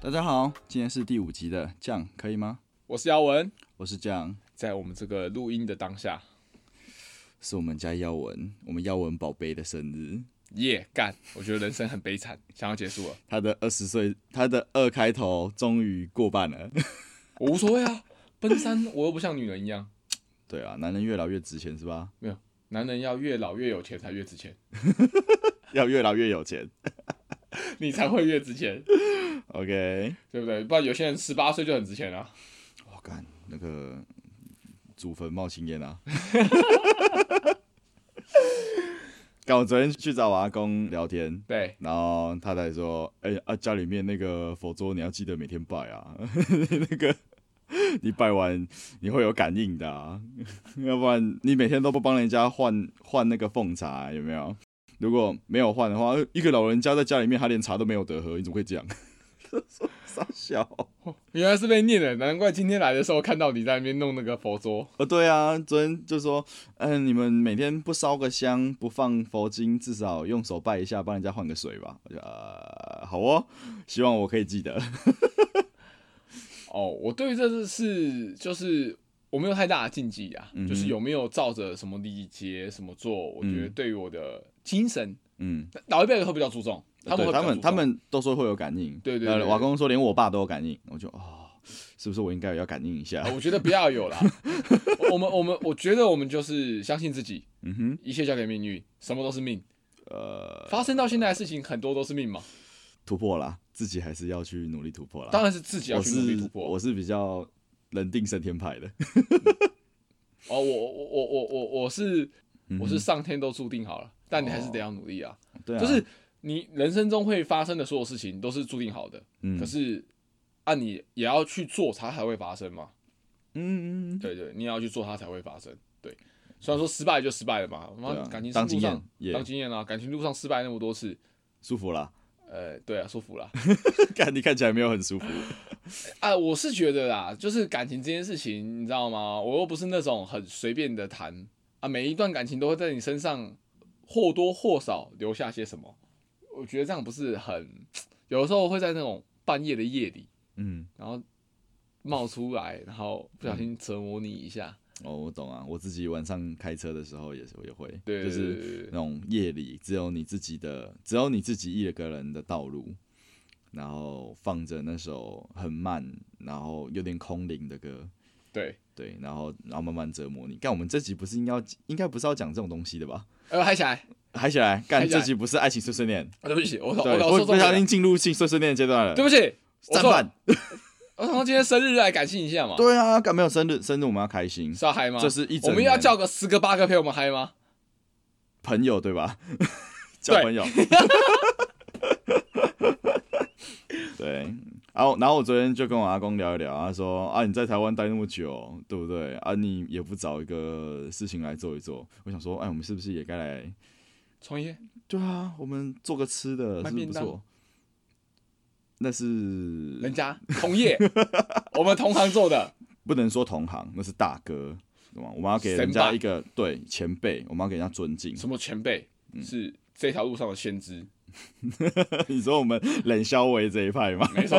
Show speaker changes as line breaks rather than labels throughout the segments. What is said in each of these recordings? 大家好，今天是第五集的酱，可以吗？
我是耀文，
我是酱，
在我们这个录音的当下，
是我们家耀文，我们耀文宝贝的生日，
耶、干！我觉得人生很悲惨， 想要结束了，
他的二十岁，他的二开头终于过半了。
我无所谓啊，奔三我又不像女人一样，
对啊，男人越老越值钱是吧？
没有，男人要越老越有钱才越值钱，
要越老越有钱。
你才会越值钱，
OK，
对不对？不然有些人十八岁就很值钱啊。
我干、那个祖坟冒青烟啊！ 干，我昨天去找我阿公聊天，
对，
然后他才说：“哎、啊，家里面那个佛桌你要记得每天拜啊， 那个你拜完你会有感应的、啊， 要不然你每天都不帮人家换换那个奉茶，有没有？如果没有换的话，一个老人家在家里面他连茶都没有得喝，你怎么会这样？” 傻笑。
原来是被念的，难怪今天来的时候看到你在那边弄那个佛桌，
呃，对啊，昨天就说，嗯、你们每天不烧个香，不放佛经，至少用手拜一下，帮人家换个水吧。我就呃，好哦，希望我可以记得。
哦，我对于这是就是我没有太大的禁忌啊，
嗯哼
就是有没有照着什么礼节什么做，我觉得
嗯
对于我的精神，
嗯，
老一辈的会比较注重，他们
对
会比
他
较注
们
重
他们都说会有感应，
对对
呃
对
我阿公说连我爸都有感应，我就哦，是不是我应该也要感应一下
啊？我觉得不要有啦。我我们我们我觉得我们就是相信自己，
嗯哼，
一切交给命运，什么都是命。
呃，
发生到现在的事情很多都是命嘛，
突破啦，自己还是要去努力突破啦。
当然是自己要
啊我
去努力
是
突
我
破。
是比较人定胜天 派的，
哦，我我我我我我是
嗯哼哦
我是上天都注定好了，但你还是得要努力啊。
对啊，
就是你人生中会发生的所有事情都是注定好的，
嗯
可是按你也要去做，它才会发生嘛。
嗯嗯嗯，
对对，你也要去做，它才会发生。对，虽然说失败就失败了嘛，妈
对啊
感情
当
路
经验
上
也
当经验啊，感情路上失败那么多次，
舒服 啦。
呃，对啊，舒服啦。
看你看起来没有很舒服，
啊，我是觉得啦，就是感情这件事情，你知道吗？我又不是那种很随便的谈啊，每一段感情都会在你身上或多或少留下些什么。我觉得这样不是很，有的时候会在那种半夜的夜里，
嗯，
然后冒出来，然后不小心折磨你一下。
哦，我懂啊，我自己晚上开车的时候也是也会，
对，
就
对
是
对对
那种夜里只有你自己的，只有你自己一个人的道路，然后放着那首很慢，然后有点空灵的歌，
对，
对，然后然后慢慢折磨你。干，我们这集不是应该要应该不是要讲这种东西的吧？
呃，嗨起来，啊
嗨起来，干，
嗨起来
这集不是爱情碎碎念，
啊对不起，我搞
对，
我搞
不
错重
不小
点
心
了，
进入性碎碎念阶段了，
对不起，我
战
错
犯
了，，我想说今天生日来感谢一下嘛，
对啊，干没有生日，生日我们要开心，
是要嗨吗？
这是一
我
整
们要
年
叫个十个八个陪我们嗨吗？
朋友对吧？ 交朋友。 对，然后然后我昨天就跟我阿公聊一聊，他说啊你在台湾待那么久，对不对？啊你也不找一个事情来做一做，我想说，哎，我们是不是也该来？
创业
对啊，我们做个吃的，是不
卖
是
便
不
当
错？那是
人家同业，我们同行做的，
不能说同行，那是大哥，懂吗？我们要给人
神
家
吧
一个对前辈，我们要给人家尊敬。
什么前辈
嗯
是这条路上的先知，
你说我们冷肖维这一派吗？
没错。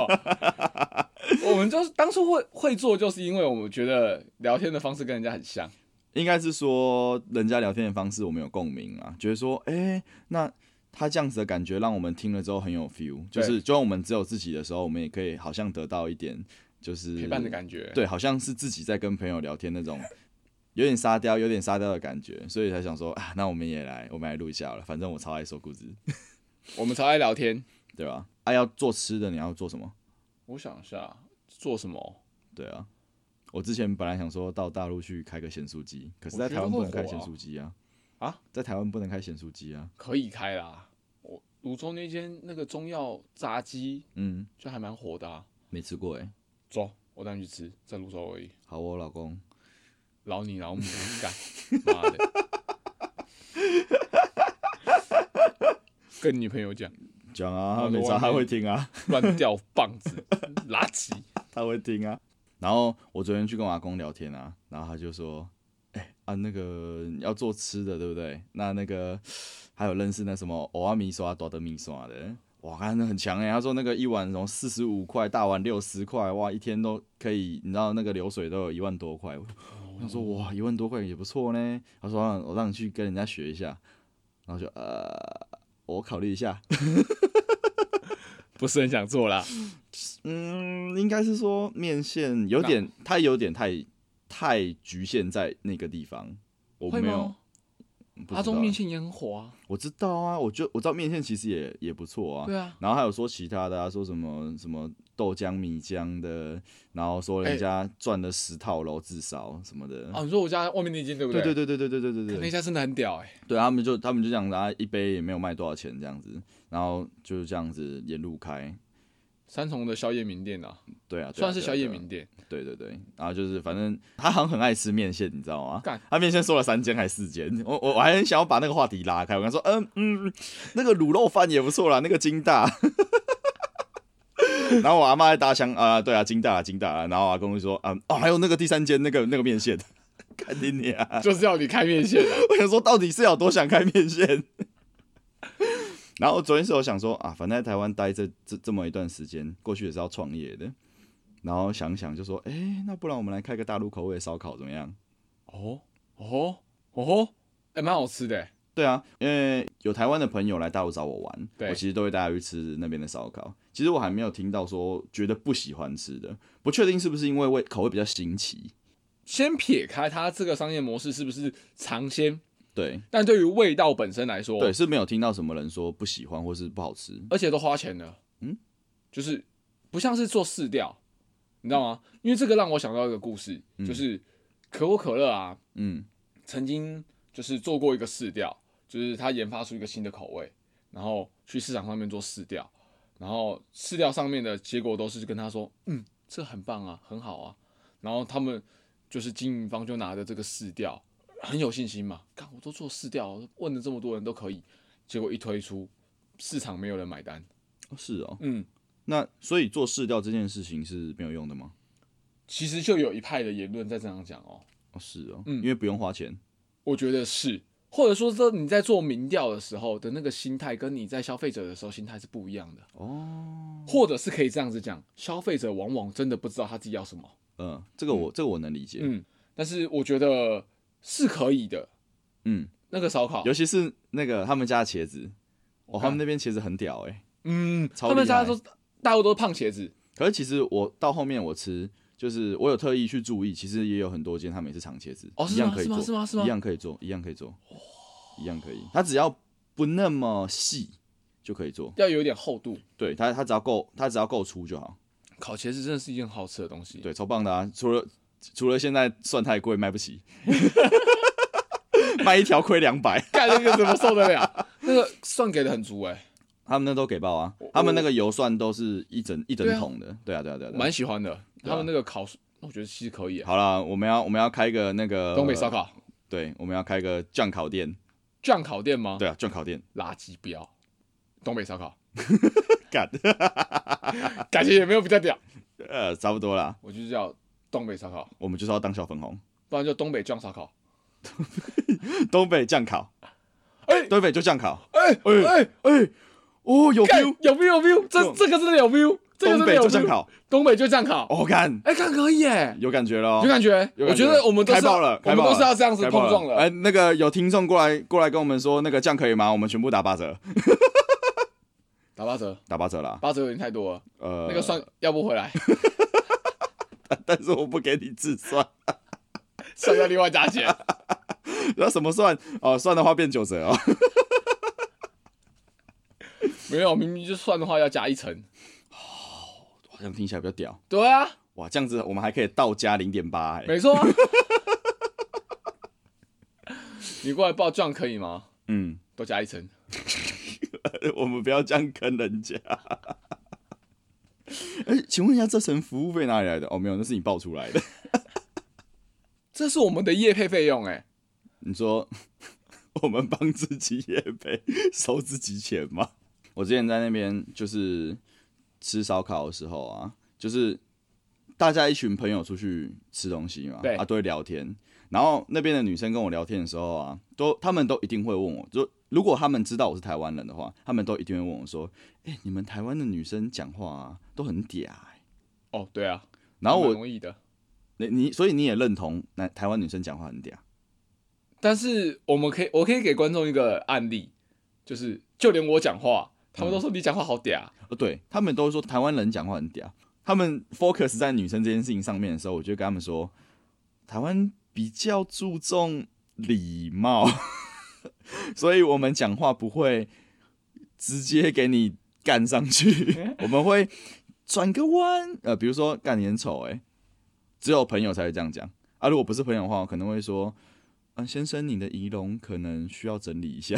我们就是当初会会做，就是因为我们觉得聊天的方式跟人家很像，
应该是说人家聊天的方式我们有共鸣啊，觉得说，哎、那他这样子的感觉让我们听了之后很有 feel，就
对
是就算我们只有自己的时候，我们也可以好像得到一点就是
陪伴的感觉。，
对，好像是自己在跟朋友聊天那种。有点沙雕，有点沙雕的感觉，所以才想说啊，那我们也来，我们来录一下好了。反正我超爱说故事，
我们超爱聊天。
对吧？啊，要做吃的，你要做什么？
我想一下，做什么？
对啊，我之前本来想说到大陆去开个咸酥鸡，可是
我
在台
觉得
湾不
会
能开
火
咸
啊
酥鸡啊，
啊，
在台湾不能开咸酥鸡啊，
可以开啦。我泸州那间那个中药炸鸡
嗯，
就还蛮火的、啊，
没吃过哎、
走，我带你去吃，在泸州而已。
好哦，老公，
老你老母啊 干，妈的！跟女朋友讲，
讲啊，他
我
没
我
差，他
还没
会听啊，
乱掉棒子，垃圾。
他会听啊。然后我昨天去跟我阿公聊天啊，然后他就说，哎、啊那个要做吃的对不对？那那个还有认识那什么欧阿米刷、多的米刷的，哇，看那很强哎、他说那个一碗什么四十五块，大碗六十块，哇，一天都可以，你知道那个流水都有一万多块。我我想说哇，一万多块也不错呢。他说啊我让你去跟人家学一下，然后就呃，我考虑一下。
不是很想做啦。
嗯，应该是说面线有点，它有点太太局限在那个地方。我
会
没有
吗，？
不知
阿中
道
面线也很火啊。
我知道啊，我就我知道面线其实也也不错啊。
对啊，
然后还有说其他的啊，说什么什么豆浆、米浆的，然后说人
哎
家赚了十套楼至少什么的。
啊，你说我家外面那间对不
对对
对
对对对对对对
看那
对，
家真的很屌哎。
对他们就他们就这样子啊，一杯也没有卖多少钱这样子，然后就是这样子沿路开。
三重的宵夜名店啊，
对啊，对啊
算是
对啊
宵夜
对啊
名店。
对对对，然后就是反正他好像很爱吃面线，你知道吗
干？
他面线说了三间还是四间，我我我还很想要把那个话题拉开，我跟他说，嗯嗯，那个卤肉饭也不错啦，那个金大。 然后我阿妈在搭香啊、对啊，金大啊金大啊，然后我阿公就说啊、哦，还有那个第三间那个那个面线， 看你你啊，
就是要你开面线啊。
我想说到底是有多想开面线。 然后昨天是我想说啊，反正在台湾待这这这么一段时间，过去也是要创业的，然后想想就说，哎、那不然我们来开个大陆口味的烧烤怎么样？
哦哦哦，哎，蛮好吃的欸。
对啊，因为有台湾的朋友来大陆找我玩，
对
我其实都会带他去吃那边的烧烤。其实我还没有听到说觉得不喜欢吃的，不确定是不是因为味口味比较新奇。
先撇开它这个商业模式是不是尝鲜，
对
但对于味道本身来说，
对，，是没有听到什么人说不喜欢或是不好吃。
而且都花钱了，
嗯，
就是不像是做试调，你知道吗？因为这个让我想到一个故事，就是可口可乐啊，
嗯
曾经就是做过一个试调，就是他研发出一个新的口味，然后去市场上面做试调，然后试调上面的结果都是跟他说，嗯，这很棒啊，很好啊，然后他们就是经营方就拿着这个试调，很有信心嘛，看我都做试调了，问了这么多人都可以，结果一推出，市场没有人买单，
哦是哦，
嗯，
那所以做试调这件事情是没有用的吗？
其实就有一派的言论在这样讲哦，
哦，是哦，因为不用花钱，
我觉得是，或者说这你在做民调的时候的那个心态，跟你在消费者的时候心态是不一样的哦，或者是可以这样子讲，消费者往往真的不知道他自己要什么，
嗯、这个我、这个我能理解，
嗯，但是我觉得是可以的，
嗯，
那个烧烤，
尤其是那个他们家的茄子，哦，他
看
们那边茄子很屌哎、
嗯，
超
他们
厉
家
害
都大陆都是胖茄子，
可是其实我到后面我吃，就是我有特意去注意，其实也有很多间他们也是长茄子，
哦是
一样
吗
可以
是吗
做，
是吗是吗
一样可以做，一样可以做，一样可以，它只要不那么细就可以做，
要有一点厚度，
对它它只要够它只要够粗就好，
烤茄子真的是一件好吃的东西，
对，超棒的啊！除了除了现在蒜太贵卖不起， 卖一条亏两百。
干那个怎么受得了？那个蒜给的很足哎、
他们那都给爆啊，他们那个油蒜都是一整一整桶的，对啊对啊对啊。对啊
蛮喜欢的，他们那个烤，我觉得其实可以、啊，
好了，我们要我们要开个那个
东北烧，烤。
对，我们要开个酱烤店，
酱烤店吗？
对啊酱烤店，
垃圾不要，东北烧烤，
干，
感觉也没有比较屌，
呃，差不多啦，
我就叫东北烧烤，
我们就是要当小粉红，
不然就东北酱烧烤。
东北酱烤，
哎
东北就酱烤，
哎哎哎，
哦，有
干
feel，
有 view 有 view，这
有
这个真的有 view，这个
东
真的
北
有
就酱
view，
烤，
东北就酱烤。
哦，干，
哎，看可以耶，
有感觉了
有
哦。
感觉，
有
我
感觉
觉得我们都
开
是
爆
要
了，
我
开
们
爆
都
了
是要这样子
开爆
碰撞了。
哎，那个有听众过来过来跟我们说，那个酱可以吗？我们全部打八折，
打八折，
打八折啦。
八折有点太多了，
呃，
那个蒜要不回来，
但是我不给你自算，
蒜要另外 加钱。
那什么算？哦，算的话变九折哦。
没有，明明就蒜的话要加一层。
好像听起来比较屌。
对啊，
哇，这样子我们还可以到加零点八，哎，
没错啊。你过来报酱可以吗？
嗯，
多加一层。
我们不要这样坑人家。 哎、请问一下，这层服务费哪里来的？哦，没有，那是你报出来的。
这是我们的业配费用哎、
你说 我们帮自己也呗，收自己钱吗？ 我之前在那边就是吃烧烤的时候啊，就是大家一群朋友出去吃东西嘛，
对
啊，都会聊天。然后那边的女生跟我聊天的时候啊，都她们都一定会问我，就如果他们知道我是台湾人的话，他们都一定会问我说：“哎、你们台湾的女生讲话、啊、都很嗲、欸。
哦，对啊，”
然后
蛮
我，
容易的。
你你，所以你也认同那台湾女生讲话很嗲？
但是我们可以，我可以给观众一个案例，就是就连我讲话，他们都说你讲话好嗲。
哦，对他们都说台湾人讲话很嗲，他们 focus 在女生这件事情上面的时候，我就跟他们说，台湾比较注重礼貌， 所以我们讲话不会直接给你干上去，我们会转个弯，呃，比如说干你很丑，哎，只有朋友才会这样讲啊，如果不是朋友的话，我可能会说。啊，先生，你的仪容可能需要整理一下。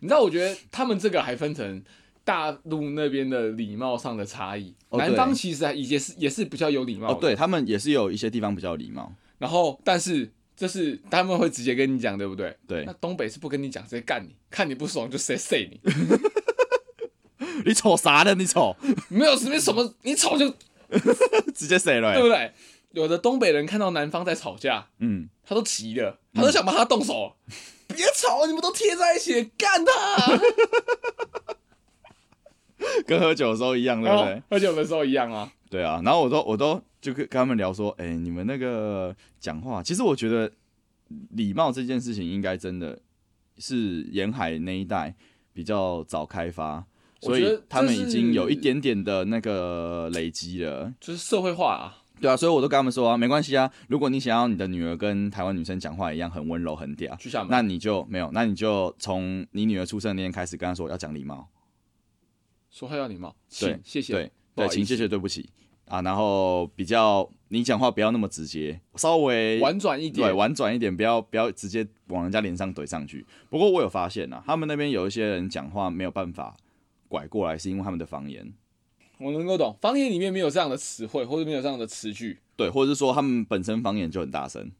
你知道，我觉得他们这个还分成大陆那边的礼貌上的差异，
哦对
南方其实还也是也是比较有礼貌
哦
的，，
对他们也是有一些地方比较礼貌，
然后但是这是他们会直接跟你讲，对不对？
对
那，东北是不跟你讲，直接干你，看你不爽就直接塞你，
你丑啥的？你丑，
没有什么什么，你 吵就
直接谁了、欸
对不对？有的东北人看到南方在吵架，
嗯，
他都急了，他都想帮他 动手，别吵，你们都贴在一起，干他！
跟喝酒的时候一样，对
然
不
后
对？
哦而且有的时候一样啊，
对啊，然后我都我都就跟跟他们聊说，哎、你们那个讲话，其实我觉得礼貌这件事情应该真的是沿海那一带比较早开发，
我
所
觉得
以他们
这
已
是
经有一点点的那个累积了。
就是社会化啊，
对啊，所以我都跟他们说啊，没关系啊，如果你想要你的女儿跟台湾女生讲话一样很温柔很嗲，
去厦门
那你就没有，那你就从你女儿出生的那天开始跟她说要讲礼貌。
说话要礼貌，
对
请，谢谢，
对
不
对，
好意思
请谢谢对不起啊，然后比较你讲话不要那么直接，稍微
婉转一
对
点，
婉转一点，不要不要直接往人家脸上怼上去。不过我有发现啊，他们那边有一些人讲话没有办法拐过来，是因为他们的方言，
我能够懂，方言里面没有这样的词汇，或者没有这样的词句，
对，或者是说他们本身方言就很大声，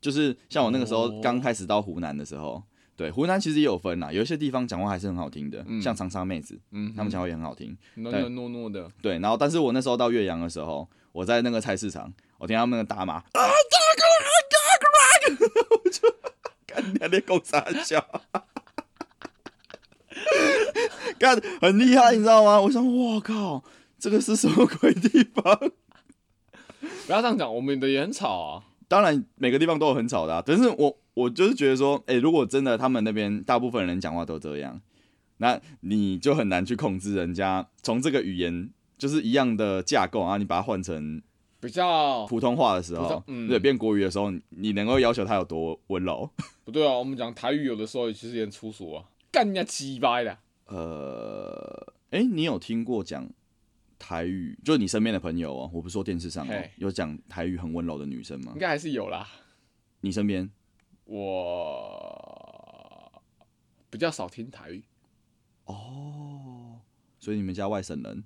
就是像我那个时候
哦
刚开始到湖南的时候。对，湖南其实也有分啊啦，有一些地方讲话还是很好听的，像长沙妹子，
嗯，
他们讲话也很好听。
软
对
软糯糯的，
对，然后但是我那时候到岳阳的时候，我在那个菜市场，我听他们的打码啊，啊大哥啊，大哥啊，我就干两天狗傻笑，干很厉害，你知道吗？我想，我靠，这个是什么鬼地方？
不要这样讲，我们的也很吵啊，
当然，每个地方都有很吵的、啊，但是我我就是觉得说，哎、如果真的他们那边大部分人讲话都这样，那你就很难去控制人家从这个语言就是一样的架构啊，你把它换成
比较
普通话的时
普
候
通，嗯
对变国语的时候，你你能够要求他有多温柔？
不对啊，我们讲台语有的时候其实也很粗俗啊，干人家鸡掰的，
呃，哎、你有听过讲台语？就是你身边的朋友哦，我不是说电视上哦
嘿，
有讲台语很温柔的女生吗
应？该还是有啦，
你身边
我比较少听台语，
哦，所以你们家外省人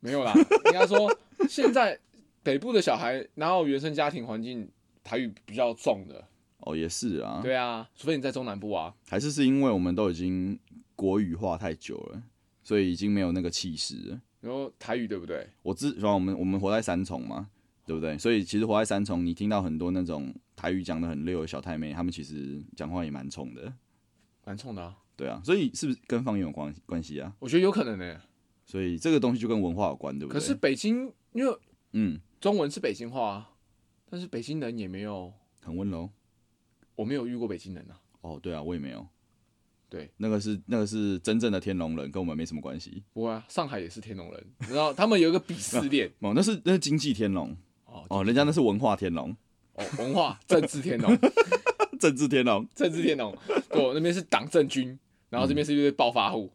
没有啦， 应该说现在北部的小孩，然后原生家庭环境台语比较重的，
哦，也是啊，
对啊，除非你在中南部啊，
还是是因为我们都已经国语化太久了，所以已经没有那个气势了。
然后台语对不对？
我自然后我们我们活在三重嘛，对不对？所以其实活在三重，你听到很多那种台语讲的很溜的小太妹，她们其实讲话也蛮冲的，
蛮冲的啊，
对啊。所以是不是跟方言有关关系啊？
我觉得有可能呢、
所以这个东西就跟文化有关，对不
可
对？
是，北京因为
嗯，
中文是北京话啊，但是北京人也没有，
很温柔。
我没有遇过北京人啊。
哦，对啊，我也没有。
对，
那个是那个是真正的天龙人，跟我们没什么关系。
不会啊，上海也是天龙人，然后他们有一个鄙视链
哦，那是那是经济天龙
哦
哦，人家那是文化天龙、
哦，文化政治天龙，
哦政治天龙。
政治天龙，对，我那边是党政军，然后这边是一堆暴发户，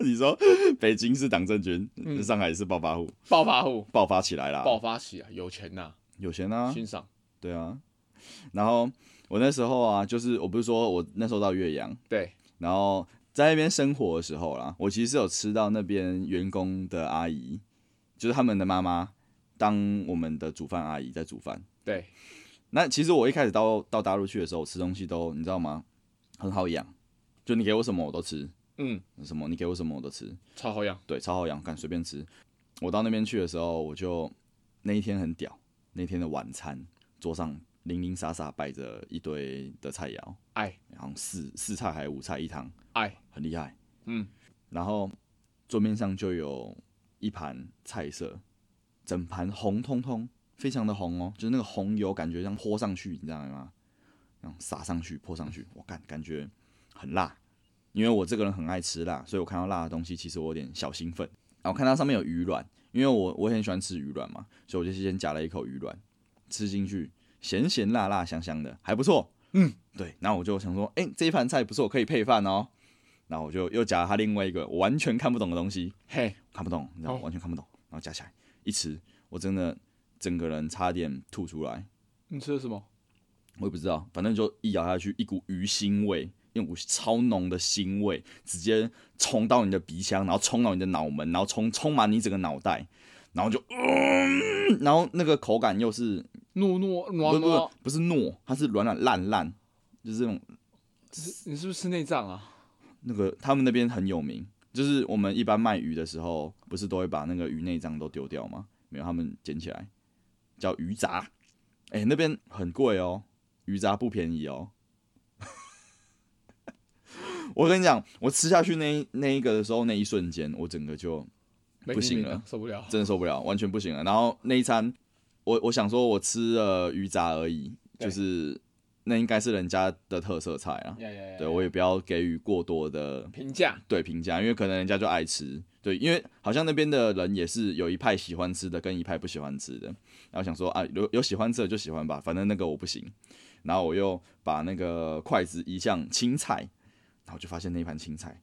你说北京是党政军，
嗯
上海是暴发户，
暴发户
爆发起来啦，
爆发起啊，有钱呐、
有钱嗯啊，
欣赏，
对啊，然后我那时候啊，就是我不是说我那时候到岳阳，
对，
然后在那边生活的时候啦，我其实是有吃到那边员工的阿姨，就是他们的妈妈当我们的煮饭阿姨在煮饭。
对，
那其实我一开始到到大陆去的时候，我吃东西都你知道吗？很好养，就你给我什么我都吃，
嗯，
什么你给我什么我都吃，
超好养，
对，超好养，敢随便吃。我到那边去的时候，我就那一天很屌，那天的晚餐桌上零零散散摆着一堆的菜肴，
爱
然后四四菜还是五菜一汤，
爱，
很厉害。
嗯，
然后桌面上就有一盘菜色，整盘红彤彤，非常的红哦，就是那个红油感觉像泼上去，你知道吗？然后撒上去泼上去，我感感觉很辣，因为我这个人很爱吃辣，所以我看到辣的东西，其实我有点小兴奋。然后看到上面有鱼卵，因为我我很喜欢吃鱼卵嘛，所以我就先夹了一口鱼卵，吃进去，咸咸辣辣香香的，还不错。嗯，对，然后我就想说，哎、这一盘菜不错，可以配饭哦。然后我就又夹了它另外一个我完全看不懂的东西，
嘿，
看不懂，你知道，
哦
完全看不懂。然后夹起来一吃，我真的整个人差点吐出来，
你吃的什么？
我也不知道，反正就一咬下去，一股鱼腥味，一股超浓的腥味，直接冲到你的鼻腔，然后冲到你的脑门，然后冲充满你整个脑袋，然后就，嗯、然后那个口感又是
糯糯
不
糯
是不是
糯，
不是糯，它是软软烂烂，就是这种
你是不是吃内脏啊？
那个他们那边很有名，就是我们一般卖鱼的时候，不是都会把那个鱼内脏都丢掉吗？没有，他们捡起来叫鱼杂。哎、那边很贵哦，鱼杂不便宜哦。 我跟你讲，我吃下去那一那一个的时候，那一瞬间，我整个就
没
不行
命令啊
了
受不了。
真的受不了，完全不行了。然后那一餐，我我想说，我吃了鱼杂而已，
对
就是那应该是人家的特色菜啊。
呀呀呀呀
对我也不要给予过多的
评价，
对评价，因为可能人家就爱吃，对，因为好像那边的人也是有一派喜欢吃的，跟一派不喜欢吃的。然后想说啊，有有喜欢吃的就喜欢吧，反正那个我不行。然后我又把那个筷子移向青菜，然后就发现那一盘青菜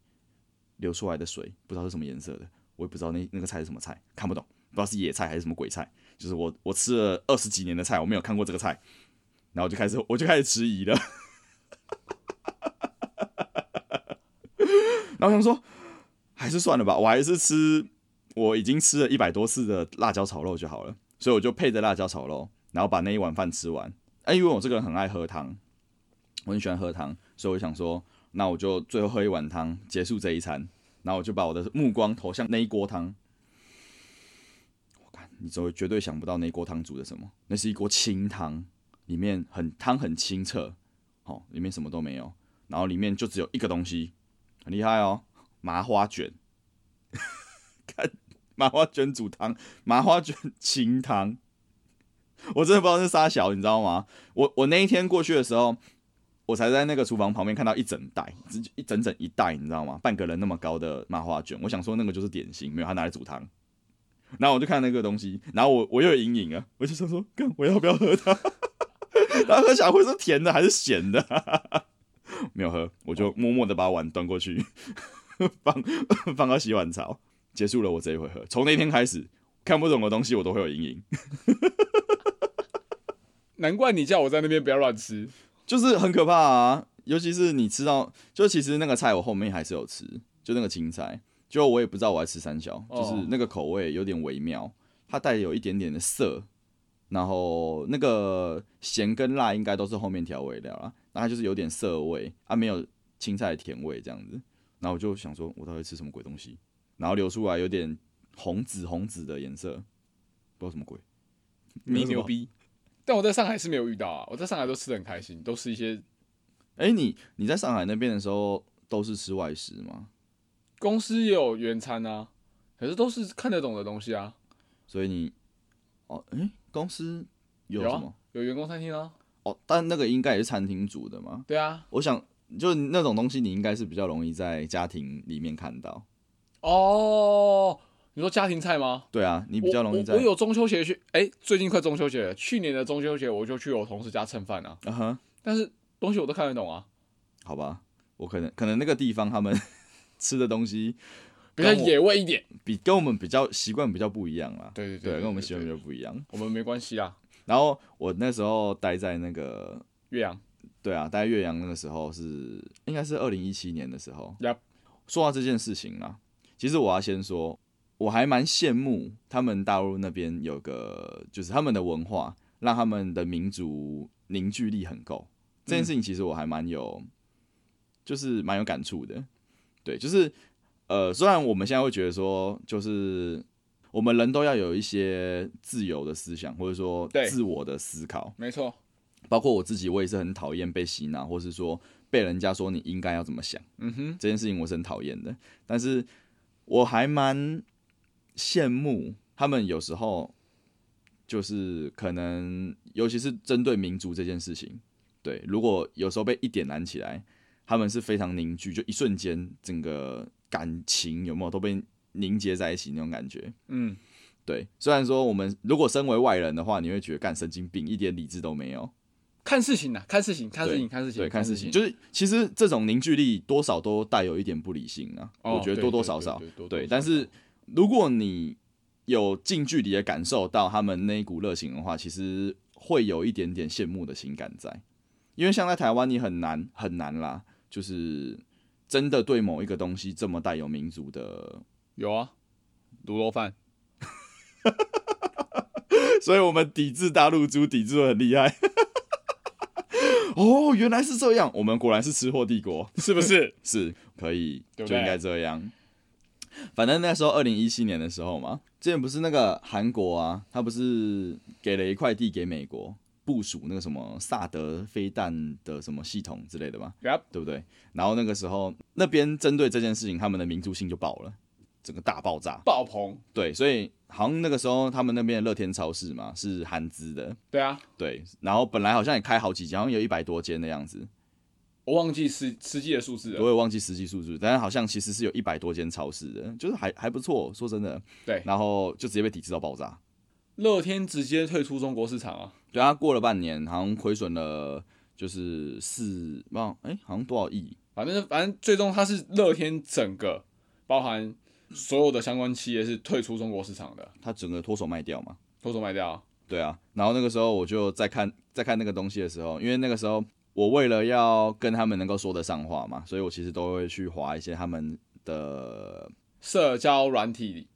流出来的水不知道是什么颜色的，我也不知道那那个菜是什么菜，看不懂，不知道是野菜还是什么鬼菜。就是我我吃了二十几年的菜，我没有看过这个菜，然后我就开始我就开始迟疑了。然后我想说，还是算了吧，我还是吃我已经吃了一百多次的辣椒炒肉就好了。所以我就配着辣椒炒肉，然后把那一碗饭吃完。哎、因为我这个人很爱喝汤，我很喜欢喝汤，所以我想说，那我就最后喝一碗汤结束这一餐。然后我就把我的目光投向那一锅汤。我看你绝绝对想不到那一锅汤煮的什么，那是一锅清汤，里面很汤很清澈，好、里面什么都没有，然后里面就只有一个东西，很厉害哦，麻花卷。 看麻花卷煮汤，麻花卷清汤，我真的不知道是啥小，你知道吗？我我那一天过去的时候，我才在那个厨房旁边看到一整袋，直一整整一袋，你知道吗？半个人那么高的麻花卷，我想说那个就是点心，没有他拿来煮汤。然后我就看那个东西，然后我我又有阴影了，我就想说，干我要不要喝它？ 然后喝起来会是甜的还是咸的？ 没有喝，我就默默的把碗端过去， 放放到洗碗槽，结束了我这一回合。从那天开始，看不懂的东西我都会有阴影，
难怪你叫我在那边不要乱吃。
就是很可怕啊。尤其是你吃到，就其实那个菜我后面还是有吃，就那个青菜，就我也不知道我在吃三小，
哦
就是那个口味有点微妙，它带有一点点的涩，然后那个咸跟辣应该都是后面调味料啦，那它就是有点涩味，啊没有青菜的甜味这样子。然后我就想说，我到底吃什么鬼东西？然后流出来有点红紫红紫的颜色，不知道什么鬼。
你牛
逼。
逼！但我在上海是没有遇到啊，我在上海都吃的很开心，都是一些
哎、你你在上海那边的时候都是吃外食吗？
公司也有原餐啊，可是都是看得懂的东西啊，
所以你哦，哎、公司有
有啊
什么？
有员工餐厅啊，
哦，但那个应该也是餐厅煮的嘛。
对啊，
我想，就是那种东西，你应该是比较容易在家庭里面看到。
哦，你说家庭菜吗？
对啊，你
我
比较容易在
我我有中秋节去，哎、最近快中秋节了，去年的中秋节我就去我同事家蹭饭啊，
啊哈，
但是东西我都看得懂啊，
好吧，我可能可能那个地方他们 吃的东西
比较
跟我
野味一点。
比跟我们比较习惯比较不一样啦。
对对
对，跟我们习惯比
对
较不一样。
我们没关系啊，
然后我那时候待在那个
岳阳
对啊，待岳阳那个时候是应该是二零一七年的时候。
Yup
说到这件事情啊，其实我要先说，我还蛮羡慕他们大陆那边有个，就是他们的文化，让他们的民族凝聚力很够。这件事情其实我还蛮有，就是蛮有感触的。对，就是呃，虽然我们现在会觉得说，就是我们人都要有一些自由的思想，或者说
对
自我的思考，
没错，
包括我自己，我也是很讨厌被洗脑，或是说被人家说你应该要怎么想
嗯哼，
这件事情，我是很讨厌的。但是我还蛮羡慕他们有时候就是可能，尤其是针对民族这件事情，对，如果有时候被一点燃起来，他们是非常凝聚，就一瞬间整个感情有没有都被凝结在一起那种感觉。
嗯，
对，虽然说我们如果身为外人的话，你会觉得干神经病，一点理智都没有。
看事情呐，啊看事情，看事情，看事情，
对，看事情，嗯
就
就是其实这种凝聚力多少都带有一点不理性啊，
哦
我觉得多多少少。对，但是如果你有近距离的感受到他们那一股热情的话，其实会有一点点羡慕的情感在，因为像在台湾，你很难很难啦，就是真的对某一个东西这么带有民族的，
有啊，卤肉饭，
所以我们抵制大陆猪，抵制的很厉害。 哦，原来是这样，我们果然是吃货帝国。
是不是？
是可以，
对不
就应该这样。反正那时候二零一七年的时候嘛，之前不是那个韩国啊，他不是给了一块地给美国部署那个什么萨德飞弹的什么系统之类的嘛
Yup
对不对？然后那个时候那边针对这件事情，他们的民族性就爆了，整个大爆炸。
爆棚，
对，所以好像那个时候他们那边的乐天超市嘛是韩资的，
对啊，
对，然后本来好像也开好几间，好像有一百多间的样子，
我忘记实实际的数字
我
了。
也忘记实际数字，但是好像其实是有一百多间超市的，就是还还不错，说真的。
对
然后就直接被抵制到爆炸。
乐天直接退出中国市场啊，
对，他过了半年，好像亏损了就是四，不知道，哎、好像多少亿？
反正反正最终它是乐天整个包含所有的相关企业是退出中国市场的，
他整个脱手卖掉嘛。
偷偷卖掉啊。
对啊，然后那个时候我就在看在看那个东西的时候，因为那个时候我为了要跟他们能够说得上话嘛，所以我其实都会去划一些他们的，
社交软体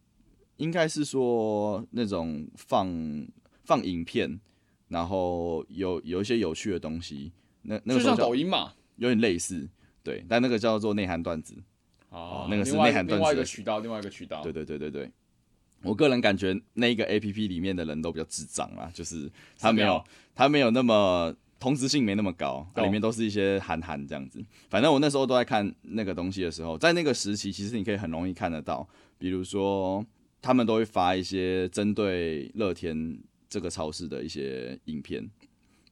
应该是说那种放放影片，然后有有一些有趣的东西。那那
就
个时候
像
叫
抖音嘛，
有点类似，对，但那个叫做内涵段子。
啊
那个是
另外
内涵段子
另外一
的
个渠道，另外一个渠道，
对对对对对，我个人感觉那一个 A P P 里面的人都比较智障啊，就是他没
是
有
啊
他没有那么同质性没那么高，它
懂
里面都是一些韩寒这样子。反正我那时候都在看那个东西的时候，在那个时期，其实你可以很容易看得到，比如说他们都会发一些针对乐天这个超市的一些影片，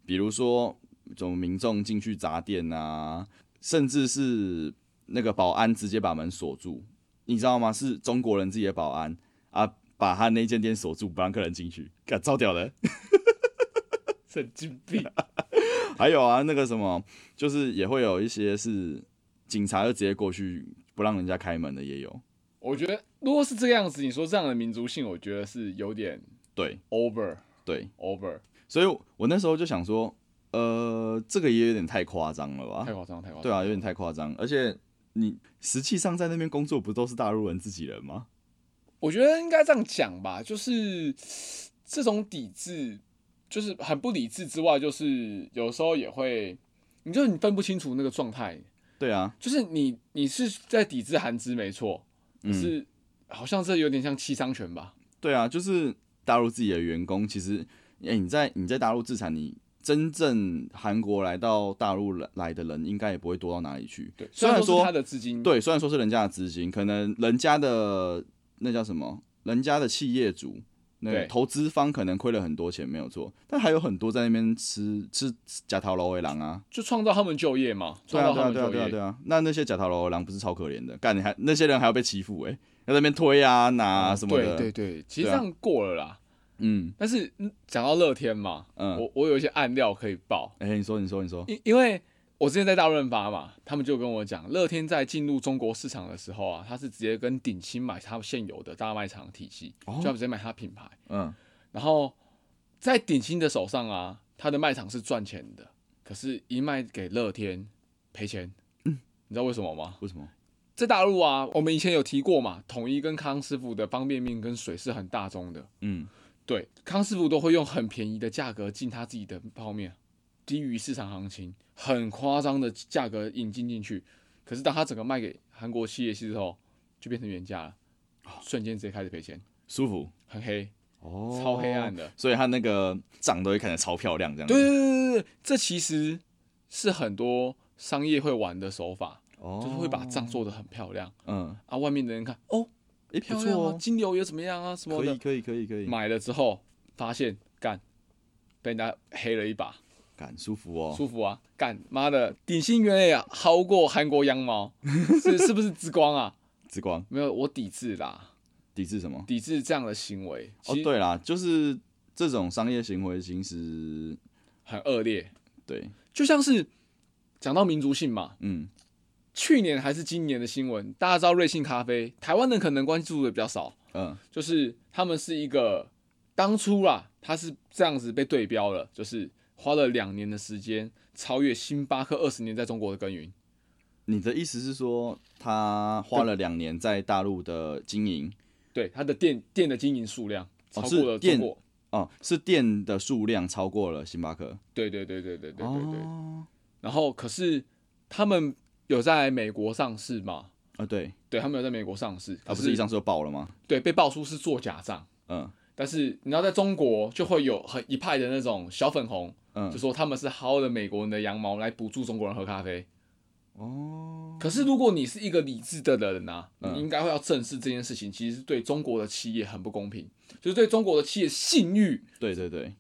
比如说什么民众进去砸店啊，甚至是那个保安直接把门锁住，你知道吗？是中国人自己的保安啊，把他那间店锁住，不让客人进去，干超屌的。
神经病。
还有啊，那个什么，就是也会有一些是警察就直接过去不让人家开门的，也有。
我觉得如果是这个样子，你说这样的民族性，我觉得是有点
对
over
对，
over，
所以我那时候就想说，呃，这个也有点太夸张了吧
太？夸张，太夸张。
对啊，有点太夸张。而且你实际上在那边工作，不都是大陆人自己人吗？
我觉得应该这样讲吧，就是这种抵制，就是很不理智之外，就是有时候也会，你就你分不清楚那个状态，
对啊，
就是你你是在抵制韩资没错，可是好像这有点像七伤拳吧？
嗯对啊，就是大陆自己的员工，其实，哎、你在你在大陆自产，你真正韩国来到大陆来来的人，应该也不会多到哪里去。
对，
虽
虽
然
然
说
说他的资金，
对，虽然说是人家的资金，可能人家的那叫什么，人家的企业主。那个
对
投资方可能亏了很多钱，没有错，但还有很多在那边吃吃假桃楼为狼啊，
就创造他们就业嘛，
对
创
啊
造
对啊
他们
对啊
就
对啊
业
对。啊，那那些假桃楼为狼不是超可怜的，干你还那些人还要被欺负哎、欸，要在那边推啊拿啊什么的，
哦嗯对对对，其实
对
这
啊
样过了啦。
嗯
但是嗯讲到乐天嘛，
嗯，
我我有一些暗料可以爆，
哎、你说你说你说，
因因为我之前在大润发嘛，他们就跟我讲，乐天在进入中国市场的时候啊，他是直接跟鼎新买他现有的大卖场体系，
哦
就他直接买他品牌，
嗯，
然后在鼎新的手上啊，他的卖场是赚钱的，可是一卖给乐天赔钱，
嗯
你知道为什么吗？
为什么？
在大陆啊，我们以前有提过嘛，统一跟康师傅的方便面跟水是很大宗的。
嗯，
对，康师傅都会用很便宜的价格进他自己的泡面，低于市场行情，很夸张的价格引进进去。可是当他整个卖给韩
哦
国企业之后，就变成原价了，瞬间直接开始赔钱，
舒服，
很黑。
哦，
超黑暗的，
所以他那个长得会看起来超漂亮这样子。
对对对对对，这其实是很多商业会玩的手法，
哦，
就是会把账做得很漂亮
嗯，
啊，外面的人看哦，
诶，不
漂
错
亮啊，
哦，
金流也怎么样啊什么
可以
的，
可以可以可以，
买了之后发现干被人家黑了一把，
感舒服哦，
舒服啊，干妈的底薪原来也薅过韩国羊毛， 是是不是之光啊？
之光
没有，我抵制啦，
抵制什么？
抵制这样的行为，
哦
其，实
对啦，就是这种商业行为，其实
很恶劣，
对，
就像是讲到民族性嘛，
嗯，
去年还是今年的新闻，大家知道瑞幸咖啡，台湾人可能关注的比较少，
嗯，
就是他们是一个当初啦，它是这样子被对标了，就是花了两年的时间超越星巴克二十年在中国的耕耘，
你的意思是说，他花了两年在大陆的经营
对它的店店的经营数量超
哦
过了
是
中
店
国，
哦，是店的数量超过了星巴克，
对对对对对对对对。
哦，
然后可是他们有在美国上市嘛？
啊对，
对，他们有在美国上市，
他
可
啊不是一上次就爆了吗？
对被爆出是做假账。
嗯
但是你知道，在中国就会有很一派的那种小粉红，就
嗯，
说他们是薅了美国人的羊毛来补助中国人喝咖啡。
哦，
可是如果你是一个理智的人啊，
嗯
你应该会要正视这件事情，其实是对中国的企业很不公平，就是对中国的企业信誉，
对对对，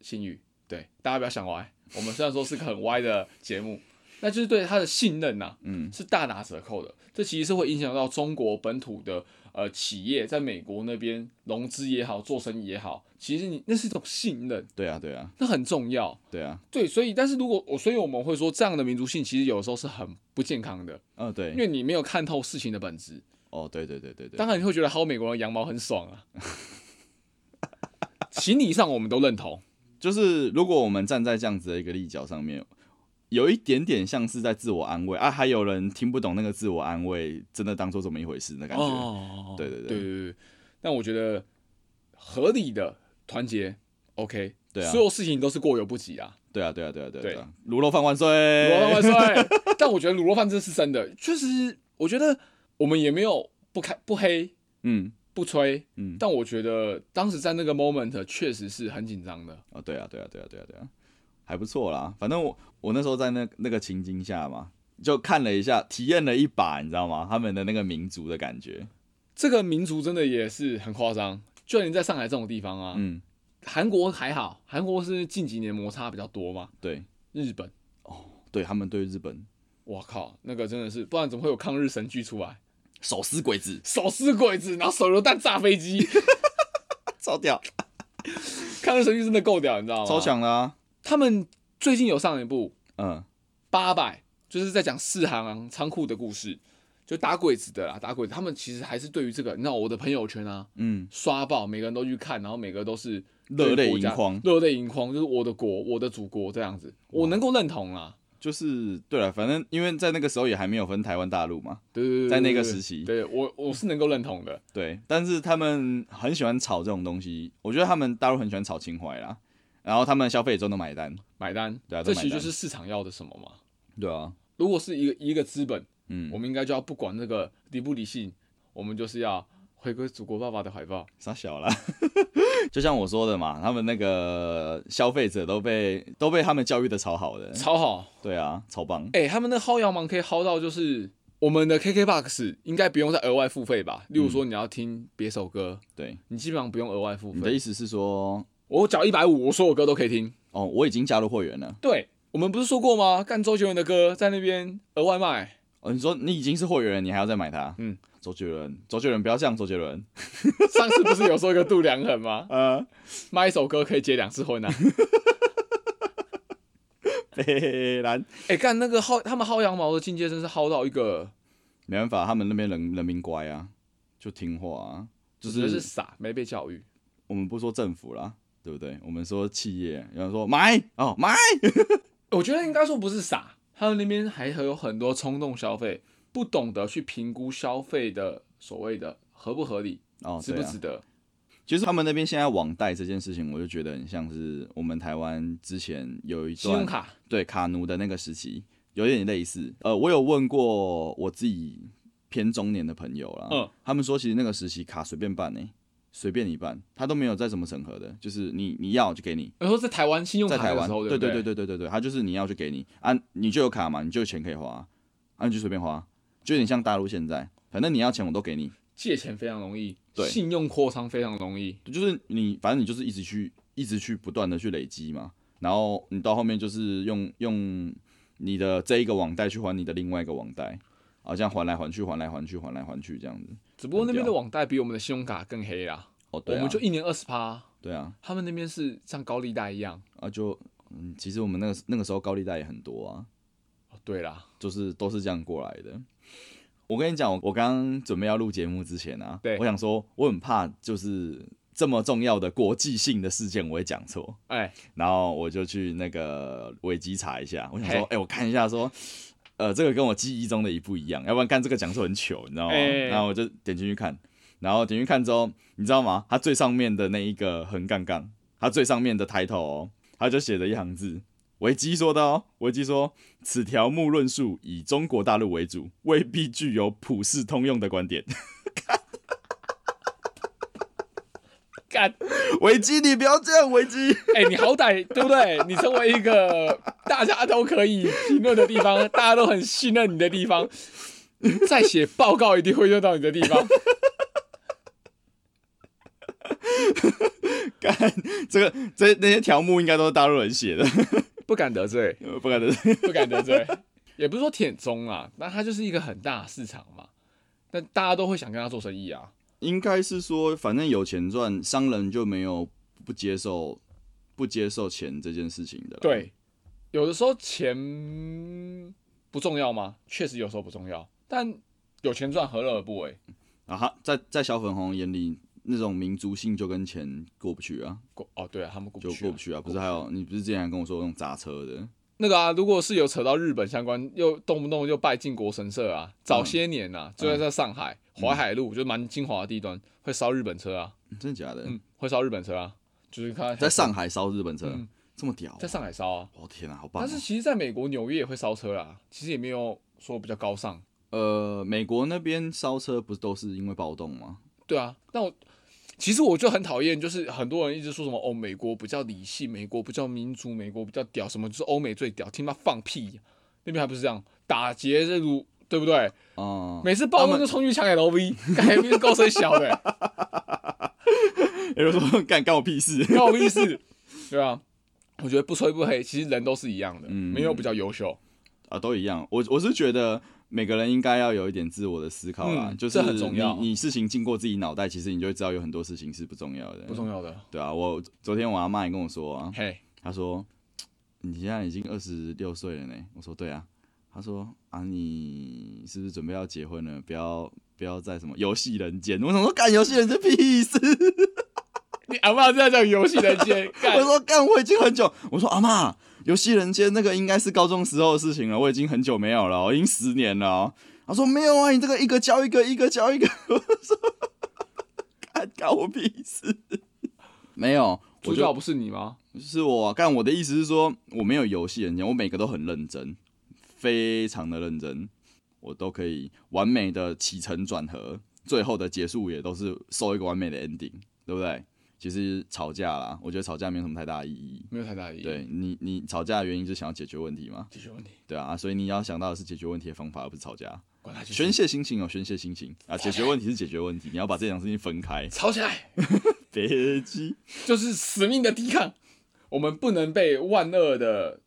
信誉。对，大家不要想歪，我们虽然说是个很歪的节目， 那就是对他的信任呐、
嗯
是大打折扣的。这其实是会影响到中国本土的呃企业在美国那边融资也好，做生意也好，其实你那是一种信任，
对啊对啊
那很重要。
对啊，
对，所以但是如果我，所以我们会说这样的民族性其实有时候是很不健康的，
嗯
因
对，
为你没有看透事情的本质。
哦对对对对对，
当然你会觉得薅美国人羊毛很爽啊， 情理上我们都认同。
就是如果我们站在这样子的一个立脚上面，有一点点像是在自我安慰啊，还有人听不懂那个自我安慰，真的当做这么一回事的感觉。
哦
对对对
对对对。但我觉得合理的团结，OK，
对啊
所有事情都是过犹不及啊。
对啊，对啊，对啊，对啊，对啊，卤肉饭万岁！
卤肉饭万岁！但我觉得卤肉饭这是真的，确实，我觉得我们也没有不开不黑
嗯
不吹，
嗯，
但我觉得当时在那个 moment 确实是很紧张的。
哦，对啊，对啊，对啊，对啊，对啊，还不错啦。反正我我那时候在那那个情境下嘛，就看了一下，体验了一把，你知道吗？他们的那个民族的感觉。
这个民族真的也是很夸张，就连在上海这种地方啊，
嗯，
韩国还好，韩国是近几年摩擦比较多嘛，
对
日本，
对，他们对日本
我靠，那个真的是，不然怎么会有抗日神剧出来？
手撕鬼子
手撕鬼子，然后手榴弹炸 飞机，啊
超屌，
抗日神剧真的够屌，你知道吗？
超！强啦、啊。
他们最近有上一部
嗯，
八百，就是在讲四行仓库的故事，就打鬼子的啦，打鬼子。他们其实还是对于这个，你知道我的朋友圈啊，
嗯，
刷爆，每个人都去看，然后每个都是
热泪
对国家
盈眶
热泪盈眶，就是我的国，我的祖国这样子，我能够认同啦。
就是对了，反正因为在那个时候也还没有分台湾大陆嘛，
对对对，
在
对
那个
对
时期
对我我是能够认同的。
对，但是他们很喜欢炒这种东西，我觉得他们大陆很喜欢炒情怀啦，然后他们消费也都能买单，
买单，
对啊
这
都
其
买
实就
单
是市场要的什么嘛。
对啊，
如果是一个一个资本，
嗯
我，们应该就要不管那个理不理性，我们就是要回归祖国爸爸的怀抱。
傻小啦， 就像我说的嘛，他们那个消费者都被都被他们教育的超好的，
超好，
对啊，超棒，
哎、他们那薅羊毛可以薅到，就是我们的 KKBOX 应该不用再额外付费吧？例如说你要听别首歌，
嗯对，
你基本上不用额外付
你的
费。
意思是说，
我缴一百五，我所有歌都可以听。
哦，我已经加入会员了，
对，我们不是说过吗？干周杰伦的歌在那边额外 卖，
哦，你说你已经是会员了，你还要再买它，
嗯，
周杰伦，周杰伦不要这样，周杰伦，
上次不是有说一个度量衡吗？
呃，
卖一首歌可以结两次婚啊！
北兰，
哎、干那个薅他们薅羊毛的境界，真是薅到一个，
没办法，他们那边人人民乖啊，就听话啊，就
我觉得是
是
傻，没被教育。
我们不说政府啦，对不对？我们说企业，有人说买哦买，
我觉得应该说不是傻，他们那边还有很多冲动消费，不懂得去评估消费的所谓的合不合理，
哦，
值不
对啊
值得。
其实他们那边现在网贷这件事情，我就觉得很像是我们台湾之前有一
信用
段
卡
对卡奴的那个时期，有点类似。呃，我有问过我自己偏中年的朋友啦，
嗯
他们说其实那个时期卡随便办呢、欸随便你办，他都没有在怎么审核的，就是你你要就给你，
我说在台湾信用
在
卡
台
的
湾，
时候，
对
对
对对对对对，他就是你要就给你啊，你就有卡嘛，你就有钱可以花，啊你就随便花，就有点像大陆现在，反正你要钱我都给你，
借钱非常容易，
对
信用扩张非常容易，
就是你反正你就是一直去一直去不断的去累积嘛，然后你到后面就是用用你的这一个网贷去还你的另外一个网贷，啊这样还来还去还来还去还来还去这样子，
只不过那边
很
的
屌
网贷比我们的信用卡更黑啦，
哦对
我
啊，
们就一年二十趴，
对啊，
他们那边是像高利贷一样。
啊就嗯其实我们那个那个时候高利贷也很多啊，
哦对啦，
就是都是这样过来的。我跟你讲，我我刚刚准备要录节目之前啊，
对
我想说，我很怕就是这么重要的国际性的事件我会讲错，
哎，
然后我就去那个维基查一下，我想说，
嘿
哎、我看一下说，呃，这个跟我记忆中的一不一样，要不然干这个讲错很糗，你知道吗？
哎
然后我就点进去看，然后点进去看之后，你知道吗？它最上面的那一个横杠杠，它最上面的抬头、哦，它就写着一行字。维基说的哦，维基说此条目论述以中国大陆为主，未必具有普世通用的观点。
干，
维基，你不要这样，维基。
哎、你好歹对不对？你身为一个大家都可以评论的地方，大家都很信任你的地方，再写报告一定会用到你的地方。
这个这那些条目应该都是大陆人写的，
不敢得罪，
不可能。
不敢得罪，也不是说舔中啊，那它就是一个很大的市场嘛，那大家都会想跟他做生意啊。
应该是说，反正有钱赚，商人就没有不接受不接受钱这件事情的啦。
对，嗯有的时候钱不重要吗？确实有时候不重要，但有钱赚何乐而不为？
啊哈，在在小粉红眼里，那种民族性就跟钱过不去啊，
过哦，对啊，他们过不
就
去、
过不去啊。不是还有你不是之前还跟我说那种砸车的？
那个啊，如果是有扯到日本相关，又动不动就拜靖国神社啊，早
嗯
些年啊，就在在上海淮海路，就蛮精华的地段，会烧日本车啊，
真的假的？
嗯，会烧日本车啊，就是看
在上海烧日本车，
嗯
这么屌啊、
在上海烧啊，
我、天啊，好棒、啊！
但是其实在美国纽约也会烧车啊，其实也没有说比较高尚，
呃，美国那边烧车不是都是因为暴动吗？
对啊，那我其实我就很讨厌，就是很多人一直说什么哦，美国不叫理性，美国不叫民主，美国不叫屌，什么就是欧美最屌，听他妈放屁，那边还不是这样打劫这如对不对？
哦、
每次暴
他
动
们
就冲去抢 LV，还不是够声小的、
有人说干干我屁事。
很有意思，对啊，我觉得不吹不黑，其实人都是一样的，
嗯
没有比较优秀，
啊，都一样。我我是觉得每个人应该要有一点自我的思考啦，
嗯
就是
这很重要
你你事情经过自己脑袋，其实你就会知道有很多事情是不重要的。
不重要的。
对啊，我昨天我阿妈也跟我说啊，
嘿，
她说你现在已经二十六岁了呢。我说对啊。她说啊，你是不是准备要结婚了？不要不要再什么游戏人间。我想说干游戏人间屁事。
你阿爸在讲游戏人间，干
我说干，我已经很久。我说阿妈，游戏人间那个应该是高中时候的事情了，我已经很久没有了，我已经十年了哦。他说没有啊，你这个一个教一个，一个教一个。我说干干我屁事。没有，我
主角
就
不是你吗？
是我干。我的意思是说，我没有游戏人间，我每个都很认真，非常的认真，我都可以完美的起承转合，最后的结束也都是收一个完美的 ending，对不对？其实吵架啦，我觉得吵架没有什么太大的意义。
没有太大意义。，
对你，你吵架的原因就是想要解决问题嘛？
解决问题，
对啊，所以你要想到的是解决问题的方法，而不是吵架。
管他去
宣泄心情哦，宣泄心情啊！解决问题是解决问题，你要把这两件事情分开。
吵起来。
别急，
就是死命的抵抗，我们不能被万恶的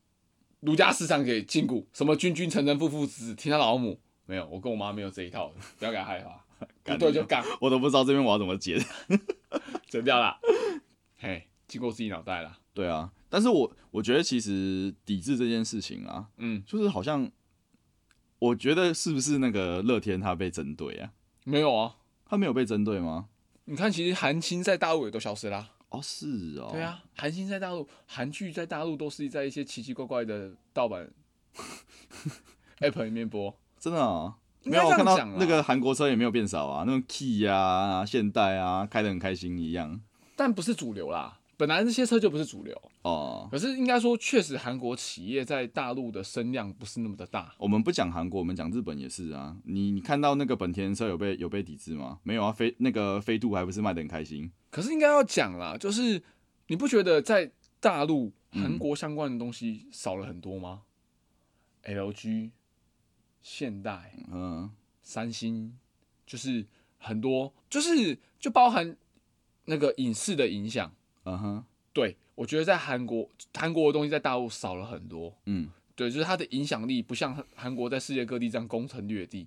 儒家思想给禁锢。什么君君臣臣父父子子听他老母，没有，我跟我妈没有这一套的，不要给她害怕，
干
不对就干，
我都不知道这边我要怎么解。
整掉啦。 嘿，经过自己脑袋啦。
对啊，但是我我觉得其实抵制这件事情啊，
嗯，
就是好像，我觉得是不是那个乐天他被针对啊？
没有啊。
他没有被针对吗？
你看，其实韩星在大陆也都消失啦。
哦，是哦，
对，啊，韩星在大陆，韩剧在大陆都是在一些奇奇怪怪的盗版 app 里面播。
真的哦。
应
没
该
有，我
这
看
样
到
讲啦
那个韩国车也没有变少啊，那种 Key 啊、现代啊，开得很开心一样。
但不是主流啦。本来这些车就不是主流，
哦。
可是应该说，确实韩国企业在大陆的声量不是那么的大。
我们不讲韩国，我们讲日本也是啊。你你看到那个本田车有被有被抵制吗？没有啊，飞那个飞度还不是卖的很开心。
可是应该要讲啦，就是你不觉得在大陆韩国相关的东西少了很多吗、l g 现代、
嗯，
三星，就是很多，就是就包含那个影视的影响。
嗯哼，
对我觉得在韩国，韩国的东西在大陆少了很多。
嗯
对，就是它的影响力不像韩韩国在世界各地这样攻城略地，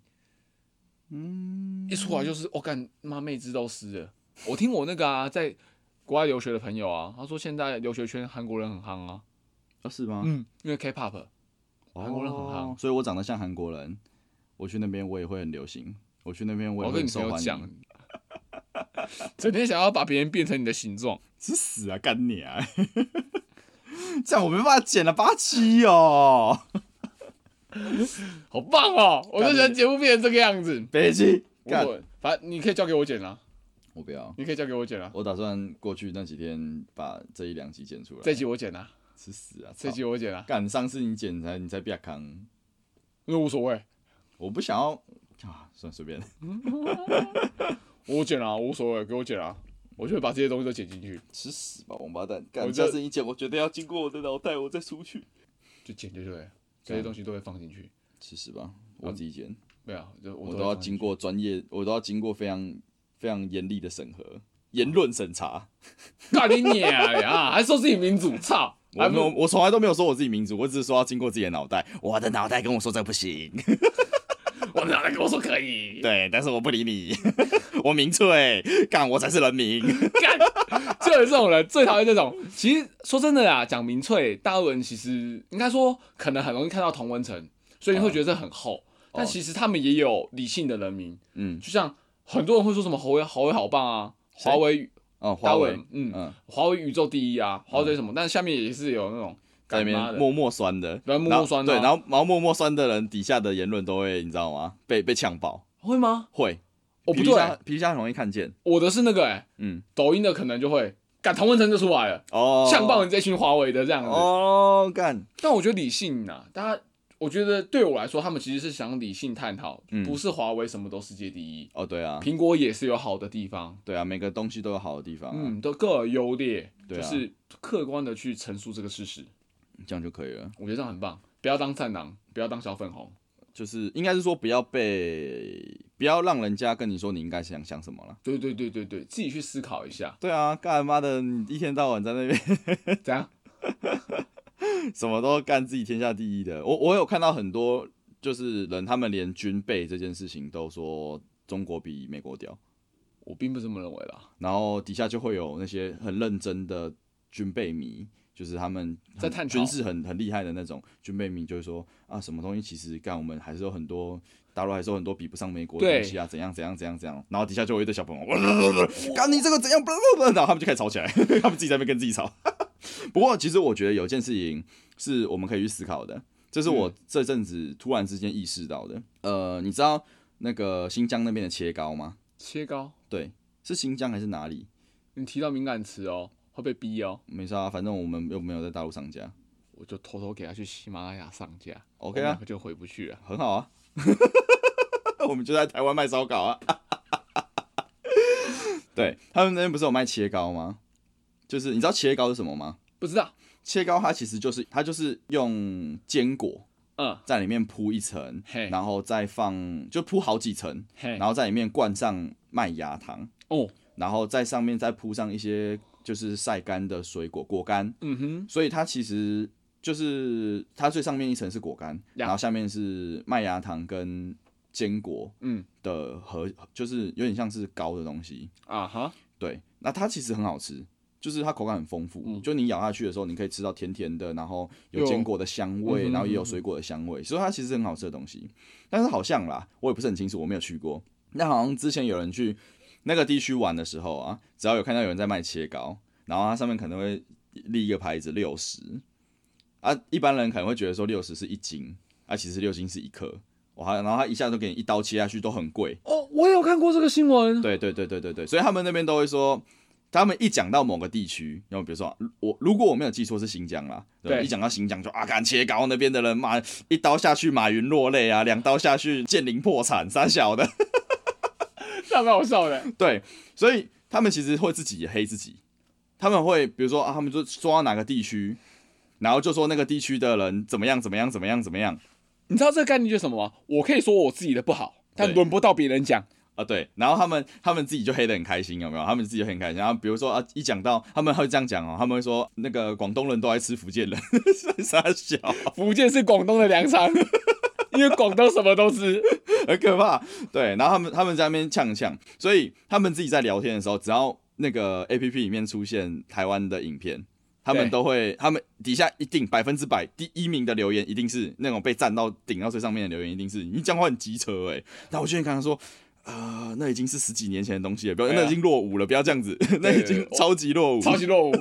嗯
一出来就是我干妈妹子都湿了。我听我那个啊，在国外留学的朋友啊，他说现在留学圈韩国人很夯啊，
啊是吗？
嗯，因为 K-pop，韩国人很
哦
夯。
所以我长得像韩国人，我去那边我也会很流行，我去那边我也
我
会很
跟你朋
受
友
欢
讲
迎。，
整天想要把别人变成你的形状，
去死啊，干你啊！这样我没办法剪了八七哦，
好棒哦！我就
干
喜
你
欢节目变成这个样子。
北京干，
我反正你可以交给我剪啦、啊
我不要，
你可以交给我剪啦、啊
我打算过去那几天把这一两集剪出来。
这集我剪啦、
去死啊！
这
操
集我剪啦、
干，上次你剪才你才比较康，
那无所谓，
我不想要啊，算了随便，
我剪啦、啊无所谓，给我剪啦、我就会把这些东西都剪进去，
吃屎吧，王八蛋！
我
干，
这
下次你剪，我觉得要经过我的脑袋，我再出去。
就剪就对了，这些东西都会放进去。
吃屎吧，
嗯
我自己剪，
对啊，就我
我
会
都要
放
经过 专业，我都要经过非常非常严厉的审核，言论审查。
干你娘嘞啊！还说自己民主，操！
我
还
没
不
有，我从来都没有说我自己民族，我只是说要经过自己的脑袋，我的脑袋跟我说这不行，
我哪来跟我说可以？
对，但是我不理你， 我民粹，干我才是人 民，
干，就有这种人 最讨厌这种。其实说真的啦，讲民粹，大陆人其实应该说可能很容易看到同文层，所以你会觉得这很厚。
哦
但其实他们也有理性的人民，
嗯，
就像很多人会说什么华为华为好棒啊，
谁
华为
哦，
大
华
伟
为，，
嗯，
嗯，
华为宇宙第一啊，华为什么？但下面也是有那种
在那
干妈
边
的，
默默酸的，
对默默
然后
酸的
对，
啊
然后然后默默酸的人底下的言论都会，你知道吗？被被呛爆，
会吗？
会，
哦，不
皮皮虾
对，
皮皮虾很容易看见，
我的是那个哎、
嗯，
抖音的可能就会干同文层就出来了，
哦，
呛爆你这群华为的这样子。
哦，干，
但我觉得理性啊，大家，我觉得对我来说，他们其实是想理性探讨，
嗯
不是华为什么都世界第一，
哦，对啊，
苹果也是有好的地方，
对啊，每个东西都有好的地方、啊，
嗯，都各有优劣，
对
就
啊
是客观的去陈述这个事实，
这样就可以了。
我觉得这样很棒。不要当战狼，不要当小粉红，
就是应该是说不要被，不要让人家跟你说你应该想想什么了。，
对对对对对，自己去思考一下
对啊，干妈的，你一天到晚在那边
怎样？
什么都干自己天下第一的。我我有看到很多就是人，他们连军备这件事情都说中国比美国屌，
我并不这么认为啦，
然后底下就会有那些很认真的军备迷，就是他们
在探讨
军事很很厉害的那种军备迷，就会说啊，什么东西其实干我们还是有很多。大陆还是有很多比不上美国的
对
东西啊，怎样怎样怎样怎样，然后底下就有一堆小 朋友，哇啦啦啦啦干你这个怎样，然后他们就开始吵起来，他们自己在那边跟自己吵。 不过其实我觉得有件事情是我们可以去思考的，这是我这阵子突然之间意识到的。呃，你知道那个新疆那边的切糕吗？
切糕，
对，是新疆还是哪里？
你提到敏感词哦，会被逼哦，
没事啊，反正我们又没有在大陆上架
我就偷偷给他去喜马拉雅上架
，OK
我们两
啊
个，就回不去了。
很好啊， 我们就在台湾卖烧烤啊。 对他们那边不是有卖切糕吗？就是你知道切糕是什么吗？
不知道，
切糕它其实就是它就是用坚果
嗯，
在里面铺一层，
嘿
然后再放就铺好几层，
嘿，
然后在里面灌上麦芽糖，
哦，
然后在上面再铺上一些就是晒干的水果果干，
嗯哼，
所以它其实就是它最上面一层是果干，
呀
然后下面是麦芽糖跟坚果
嗯，
的和，就是有点像是糕的东西。
啊哈，
对，那它其实很好吃，就是它口感很丰富，就你咬下去的时候，你可以吃到甜甜的，然后有
嗯有
坚果的香
嗯
味，
哼
然后也有水果的香味，所以它其实很好吃的东西。但是好像啦，我也不是很清楚，我没有去过。那好像之前有人去那个地区玩的时候啊，只要有看到有人在卖切糕，然后它上面可能会立一个牌子六十啊，一般人可能会觉得说六十是一斤，啊，其实六斤是一克。哇，然后他一下就给你一刀切下去，都很贵。
哦，我有看过这个新闻。
对对对对对对，所以他们那边都会说，他们一讲到某个地区，然后比如说我如果我没有记错是新疆啦，对吧，
对
一讲到新疆就啊，敢切高那边的人马一刀下去马云落泪啊，两刀下去建林破产，三小的，
这还蛮好笑的。
对，所以他们其实会自己也黑自己，他们会比如说啊，他们就说到哪个地区，然后就说那个地区的人怎么样怎么样怎么样怎么样
你知道这个概念就是什么吗？我可以说我自己的不好，但
对
轮不到别人讲。
啊，对，然后他们他们自己就黑得很开心，有没有？他们自己就很开心。然后比如说啊，一讲到他们会这样讲哦，他们会说那个广东人都爱吃福建人， 傻小，
福建是广东的粮 仓，因为广东什么都吃。
很可怕。对，然后他们他们在那边呛呛，所以他们自己在聊天的时候，只要那个 A P P 里面出现台湾的影片。他们
对
都会，他们底下一定百分之百第一名的留言一定是那种被站到顶到最上面的留言，一定是你讲话很机车哎、欸。但我之前刚刚说，呃，那已经是十几年前的东西了，不要，
对啊
那已经落伍了，不要这样子， 那已经
对
超级落伍，
超级落伍。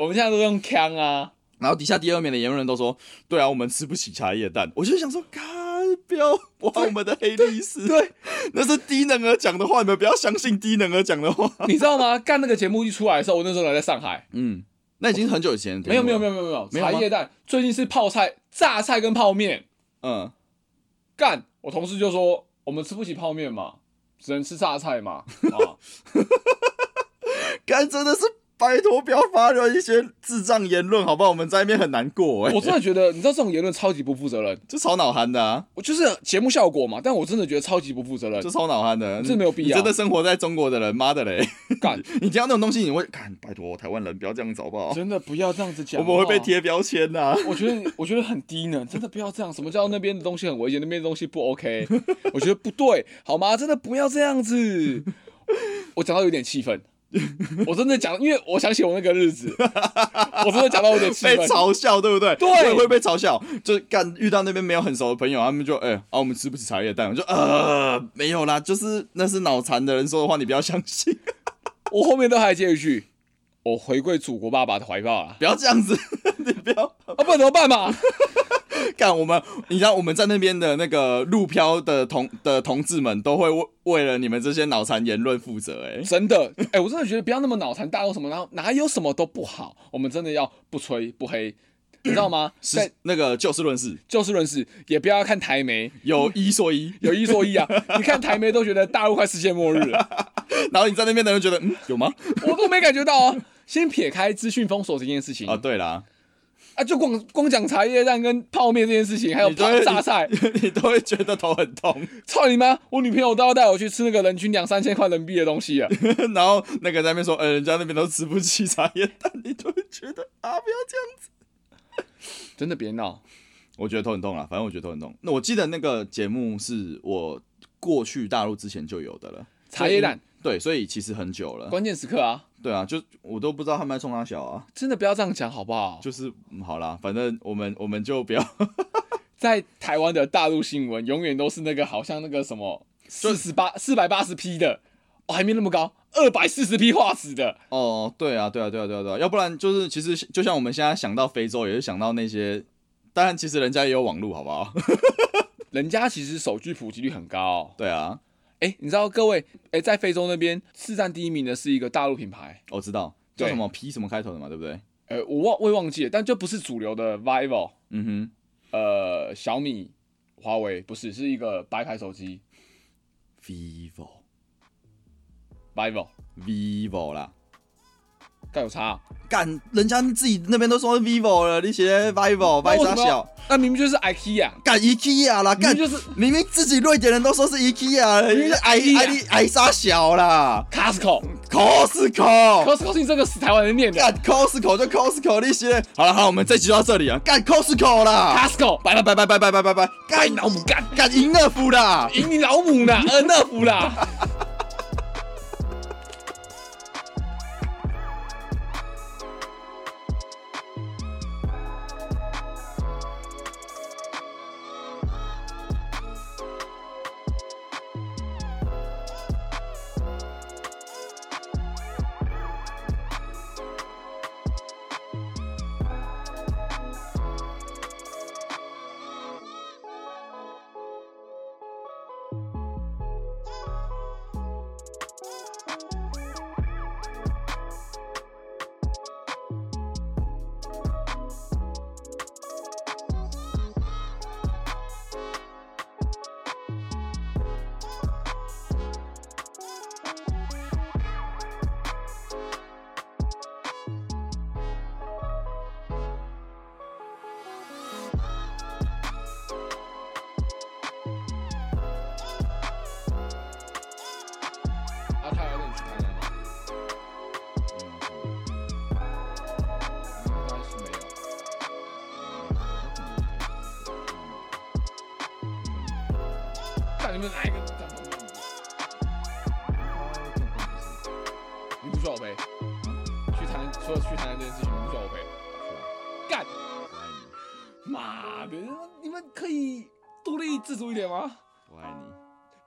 我们现在都用枪啊，
然后底下第二名的言论人都说，对啊，我们吃不起茶叶蛋。我就想说，干，不要玩我们的黑历史。对，那是低能儿讲的话，你们不要相信低能儿讲的话。
你知道吗？干那个节目一出来的时候，我那时候还在上海。
嗯，那已经很久以前的题目
没有没有
有，
没有没有没有，
没有
茶
吗
叶蛋最近是泡菜、榨菜跟泡面。
嗯，
干，我同事就说我们吃不起泡面嘛，只能吃榨菜 嘛。啊，
干真的是拜托不要发表一些智障言论，好不好？我们在那边很难过哎、
我真的觉得，你知道这种言论超级不负责任，
就超脑寒的啊，
我就是节目效果嘛，但我真的觉得超级不负责任
就。超脑寒的，
这没有必要
你真的生活在中国的人，妈的嘞！
干，
你听到那种东西，你会干，拜托台湾人不要这样子好不好？
真的不要这样子讲，
哦我们会被
好不好
贴标签啊呐、
我觉得我觉得很低能，真的不要这样。什么叫那边的东西很危险，那边的东西不 OK？我觉得不对，好吗？真的不要这样子。我讲到有点气愤，我真的讲，因为我想起我那个日子，我真的讲到有点气
被
愤。
嘲笑，对不对？
对
我也会被嘲笑。就是干遇到那边没有很熟的朋友，他们就哎、啊，我们吃不起茶叶蛋，我就呃没有啦，就是那是脑残的人说的话，你不要相信，
我后面都还接一句，我回归祖国爸爸的怀抱了。
不要这样子， 你不要
啊，不然怎么办嘛？
干我们。你知道我们在那边的那个路漂的同的同志们都会为为了你们这些脑残言论负责、哎，
真的，哎、我真的觉得不要那么脑残大，有什么然后哪有什么都不好，我们真的要不吹不黑，你知道吗？在
是那个就事论事，
就事论事，也不要看台媒，
有一说一。
有一说一 啊，你看台媒都觉得大陆快世界末日了，
然后你在那边的人觉得，嗯，有吗？
我都没感觉到啊。先撇开资讯封锁这件事情
啊，
啊
对啦，
就光光讲茶叶蛋跟泡面这件事情，还有
你
泡
都会
榨菜，
你都会觉得头很痛。
操你妈！我女朋友都要带我去吃那个人均两三千块人民币的东西啊！
然后那个在那边说，呃，人家那边都吃不起茶叶蛋，你就会觉得啊，不要这样。
真的别闹，
我觉得头很痛啦，啊反正我觉得头很痛。那我记得那个节目是我过去大陆之前就有的了，
茶叶蛋
对，所以其实很久了。
关键时刻啊，
对啊，就我都不知道他们在冲他小啊，
真的不要这样讲好不好？
就是、嗯好啦，反正我们我们就不要，
在台湾的大陆新闻永远都是那个好像那个什么四十八四百八十 P 的，哦还没那么高，二百四十 P 画质的，
哦，对啊，对啊，对啊，对啊，对啊，要不然就是其实就像我们现在想到非洲，也是想到那些，当然其实人家也有网络，好不好？
人家其实手机普及率很高。
对啊，
哎、你知道各位，哎、在非洲那边市占第一名的是一个大陆品牌，
我知道叫
对
什么 P 什么开头的嘛，对不对？
呃，我忘我也忘记了，但就不是主流的 vivo，
嗯哼。
呃，小米、华为不是，是一个白牌手机
vivo
vivo，
vivo 啦，
但有差啊、
干人家自己那边都说 vivo 了，你写 vivo
那
白
为
傻
什么
小
要，，那明明就是 IKEA，
干 IKEA 啦，
明
干
明就是
明明自己瑞典人都说是 IKEA，了
明
你
明是
是矮
IKEA
矮矮傻小啦
Costco，Costco
，Costco。
是你这个死台湾人念的
干 Costco 就 Costco 那些，好了好了，我们这集就到这里了。啊干 Costco 啦，
，Costco，
拜拜拜拜拜拜拜拜拜，干老母干干赢乐夫啦。
赢你老 母啦，呃，乐福啦。你们哪一个？你不需要我赔。去谈，除了去谈这件事情，你不需要我赔。干，
我爱你，
妈的，你们可以独立自主一点吗？
我爱你，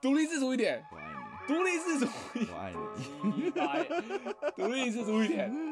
独立自主一点，
我爱
独立自主一点
你，我爱你。
独立自主一点。